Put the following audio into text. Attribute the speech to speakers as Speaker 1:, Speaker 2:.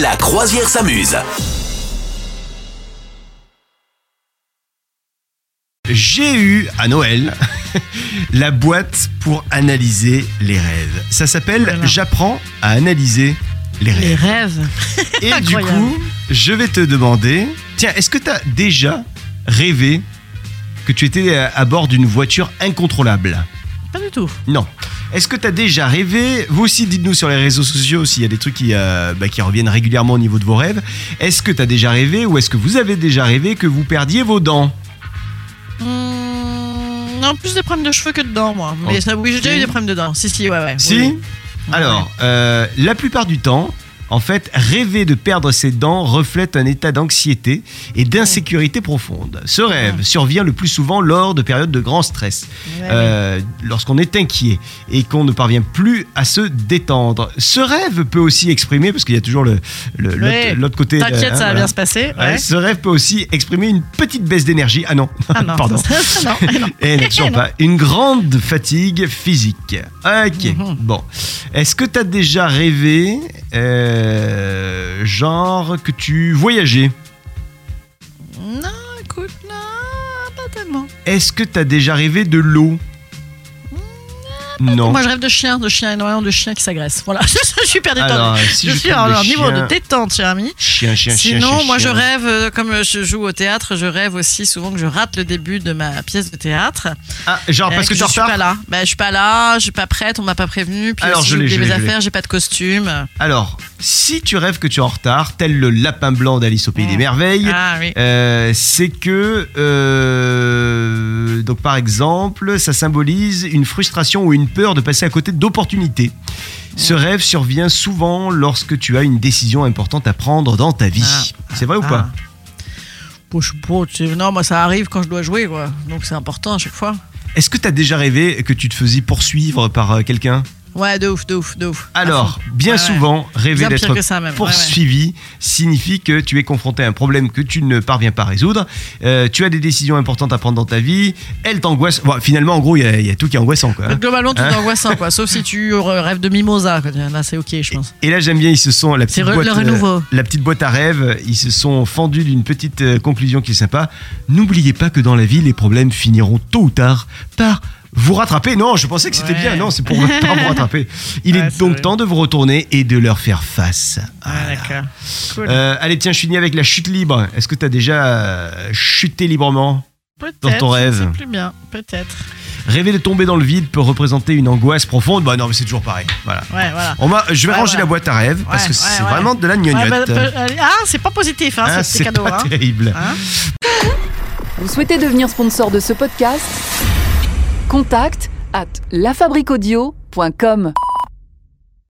Speaker 1: La croisière s'amuse.
Speaker 2: J'ai eu à Noël la boîte pour analyser les rêves. Ça s'appelle
Speaker 3: Voilà.
Speaker 2: J'apprends à analyser les
Speaker 3: Les
Speaker 2: rêves.
Speaker 3: rêves.
Speaker 2: Et du
Speaker 3: incroyable.
Speaker 2: coup, je vais te demander tiens, est-ce que tu as déjà rêvé que tu étais à à bord d'une voiture incontrôlable
Speaker 3: Pas du tout.
Speaker 2: Non. Est-ce que tu as déjà rêvé Vous aussi, dites-nous sur les réseaux sociaux s'il y a des trucs qui, euh, bah, qui reviennent régulièrement au niveau de vos rêves. Est-ce que tu as déjà rêvé ou est-ce que vous avez déjà rêvé que vous perdiez vos dents
Speaker 3: Mmh, non, plus de problèmes de cheveux que de dents, moi. Mais
Speaker 2: Ok.
Speaker 3: ça, oui, j'ai déjà eu des problèmes de dents. Si, si, ouais, ouais.
Speaker 2: Si
Speaker 3: Oui, oui.
Speaker 2: Alors, euh, la plupart du temps, en fait, rêver de perdre ses dents reflète un état d'anxiété et d'insécurité profonde. Ce rêve survient le plus souvent lors de périodes de grand stress,
Speaker 3: Ah. Ouais, ouais.
Speaker 2: euh, lorsqu'on est inquiet et qu'on ne parvient plus à se détendre. Ce rêve peut aussi exprimer, parce qu'il y a toujours l'autre le, l'autre-
Speaker 3: Ouais.
Speaker 2: l'autre côté...
Speaker 3: T'inquiète,
Speaker 2: euh,
Speaker 3: ça va
Speaker 2: hein,
Speaker 3: bien se passer.
Speaker 2: voilà.
Speaker 3: Ouais.
Speaker 2: Ouais, ce rêve peut aussi exprimer une petite baisse d'énergie. Ah non,
Speaker 3: Ah non,
Speaker 2: pardon.
Speaker 3: ça, ça, non, non.
Speaker 2: Et non, toujours pas. Une grande fatigue physique. Ok.
Speaker 3: Mhm.
Speaker 2: Bon. Est-ce que t'as déjà rêvé, euh, genre, que tu voyageais
Speaker 3: Non, écoute, non, pas tellement.
Speaker 2: Est-ce que t'as déjà rêvé de l'eau Non.
Speaker 3: Moi, je rêve de chiens, de chiens, énormément de chiens qui s'agressent. Voilà, je suis hyper détendue.
Speaker 2: Alors, si
Speaker 3: je,
Speaker 2: je
Speaker 3: suis
Speaker 2: prends
Speaker 3: à
Speaker 2: le
Speaker 3: un niveau
Speaker 2: chien-
Speaker 3: de détente, cher ami.
Speaker 2: Chien, chien, chien,
Speaker 3: Sinon,
Speaker 2: chien,
Speaker 3: moi je
Speaker 2: chien.
Speaker 3: rêve, euh, comme je joue au théâtre, je rêve aussi souvent que je rate le début de ma pièce de théâtre.
Speaker 2: Ah, genre,
Speaker 3: Euh,
Speaker 2: parce que tu
Speaker 3: je
Speaker 2: es en
Speaker 3: suis
Speaker 2: retard
Speaker 3: pas là. Ben, je suis pas là, je suis pas prête, on m'a pas prévenu. Puis
Speaker 2: Alors,
Speaker 3: aussi,
Speaker 2: je l'ai, je
Speaker 3: j'ai oublié mes
Speaker 2: l'ai, je l'ai.
Speaker 3: affaires, j'ai pas de costume.
Speaker 2: Alors, si tu rêves que tu es en retard, tel le lapin blanc d'Alice au Pays des
Speaker 3: Mhm.
Speaker 2: Merveilles,
Speaker 3: Ah oui.
Speaker 2: Euh, c'est que, euh, donc par exemple, ça symbolise une frustration ou une peur de passer à côté d'opportunités. Ce rêve survient souvent lorsque tu as une décision importante à prendre dans ta vie.
Speaker 3: Ah.
Speaker 2: c'est vrai ou pas
Speaker 3: Bon, je- bon, tu sais, non, moi ça arrive quand je dois jouer, quoi. Donc c'est important à chaque fois.
Speaker 2: Est-ce que tu as déjà rêvé que tu te faisais poursuivre par euh, quelqu'un
Speaker 3: Ouais, de ouf, de ouf, de ouf. À
Speaker 2: Alors,
Speaker 3: fond.
Speaker 2: bien
Speaker 3: Ah, Ouais, ouais.
Speaker 2: souvent, rêver
Speaker 3: Bien
Speaker 2: d'être
Speaker 3: pire que ça même. Ouais, ouais.
Speaker 2: poursuivi signifie que tu es confronté à un problème que tu ne parviens pas à résoudre. Euh, tu as des décisions importantes à prendre dans ta vie. Elles t'angoissent. Bon, finalement, en gros, il y, a- il y a tout qui est angoissant. Quoi.
Speaker 3: Donc, globalement, tout est
Speaker 2: Hein
Speaker 3: angoissant, quoi. Sauf si tu re- rêves de mimosa, quoi. Là, c'est ok, je pense.
Speaker 2: Et là, j'aime bien, ils se sont. La
Speaker 3: C'est
Speaker 2: petite,
Speaker 3: re-
Speaker 2: boîte,
Speaker 3: le
Speaker 2: euh,
Speaker 3: renouveau.
Speaker 2: la petite boîte à rêves, ils se sont fendus d'une petite euh, conclusion qui est sympa. N'oubliez pas que dans la vie, les problèmes finiront tôt ou tard par vous rattraper. Non, je pensais que c'était
Speaker 3: Ouais.
Speaker 2: bien. Non, c'est pour pas vous rattraper. Il
Speaker 3: Ouais,
Speaker 2: est
Speaker 3: c'est
Speaker 2: donc
Speaker 3: vrai.
Speaker 2: temps de vous retourner et de leur faire face.
Speaker 3: Ah,
Speaker 2: Voilà.
Speaker 3: d'accord. Cool.
Speaker 2: Euh, allez, tiens, je finis avec la chute libre. Est-ce que t'as déjà euh, chuté librement
Speaker 3: peut-être.
Speaker 2: dans ton
Speaker 3: je
Speaker 2: rêve.
Speaker 3: sais plus bien, peut-être.
Speaker 2: Rêver de tomber dans le vide peut représenter une angoisse profonde. Bah non, mais c'est toujours pareil. Voilà.
Speaker 3: Ouais, voilà.
Speaker 2: On va, je vais
Speaker 3: Ouais,
Speaker 2: ranger
Speaker 3: ouais.
Speaker 2: la boîte à rêves parce que
Speaker 3: Ouais,
Speaker 2: c'est
Speaker 3: ouais, ouais.
Speaker 2: vraiment de la gnognotte.
Speaker 3: Ouais, bah, bah, allez. ah, c'est pas positif, hein,
Speaker 2: Hein,
Speaker 3: ce petit
Speaker 2: c'est
Speaker 3: cadeau.
Speaker 2: pas
Speaker 3: hein.
Speaker 2: terrible.
Speaker 3: Hein
Speaker 4: Vous souhaitez devenir sponsor de ce podcast Contact à lafabriquaudio.com.